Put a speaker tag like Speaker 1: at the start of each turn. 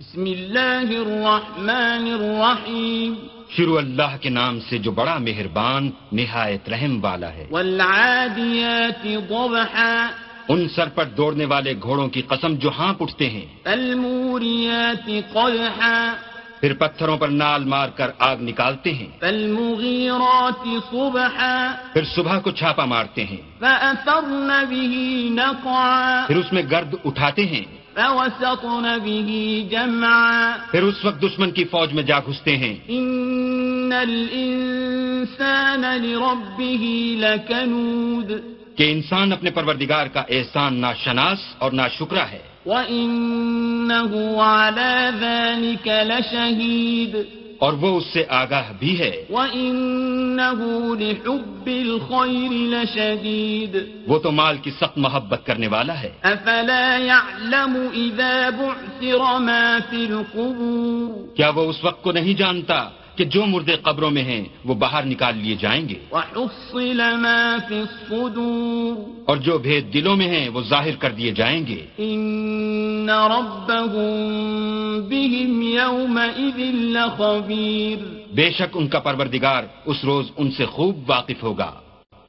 Speaker 1: بسم الله الرحمن الرحيم
Speaker 2: शुरू अल्लाह के नाम से जो बड़ा मेहरबान निहायत रहम वाला है
Speaker 1: والعاديات ضبحا
Speaker 2: उन सर पर दौड़ने वाले घोड़ों की कसम जो हाँप उठते हैं
Speaker 1: فالموريات قدحا
Speaker 2: फिर पत्थरों पर नाल मार कर आग निकालते हैं
Speaker 1: فالمغيرات صبحا
Speaker 2: फिर सुबह को छापा मारते हैं
Speaker 1: فأثرن به نقعا
Speaker 2: फिर उसमें गर्द उठाते हैं
Speaker 1: فوسطن به جمعا
Speaker 2: फिर उस वक्त दुश्मन की फौज में जा घुसते हैं
Speaker 1: إن الإنسان لربه لكنود
Speaker 2: कि इंसान अपने परवरदिगार का एहसान नाशनास और नाशुक्रा है
Speaker 1: وإنه على ذلك لشهيد
Speaker 2: और वो उससे आगाह भी है
Speaker 1: وإنه لحب الخير لشديد
Speaker 2: वो तो माल की सख्त मोहब्बत करने वाला है
Speaker 1: أفلا يعلم إذا بعثر ما في القبور
Speaker 2: क्या वो उस वक्त को नहीं जानता कि जो मुर्दे कब्रों में हैं वो बाहर निकाल लिए जाएंगे
Speaker 1: وحصل ما في الصدور
Speaker 2: और जो भेद दिलों में हैं वो जाहिर कर दिए जाएंगे
Speaker 1: إن ربهم بهم يومئذ لخبير
Speaker 2: बेशक उनका परवरदिगार उस रोज उनसे खूब वाकिफ होगा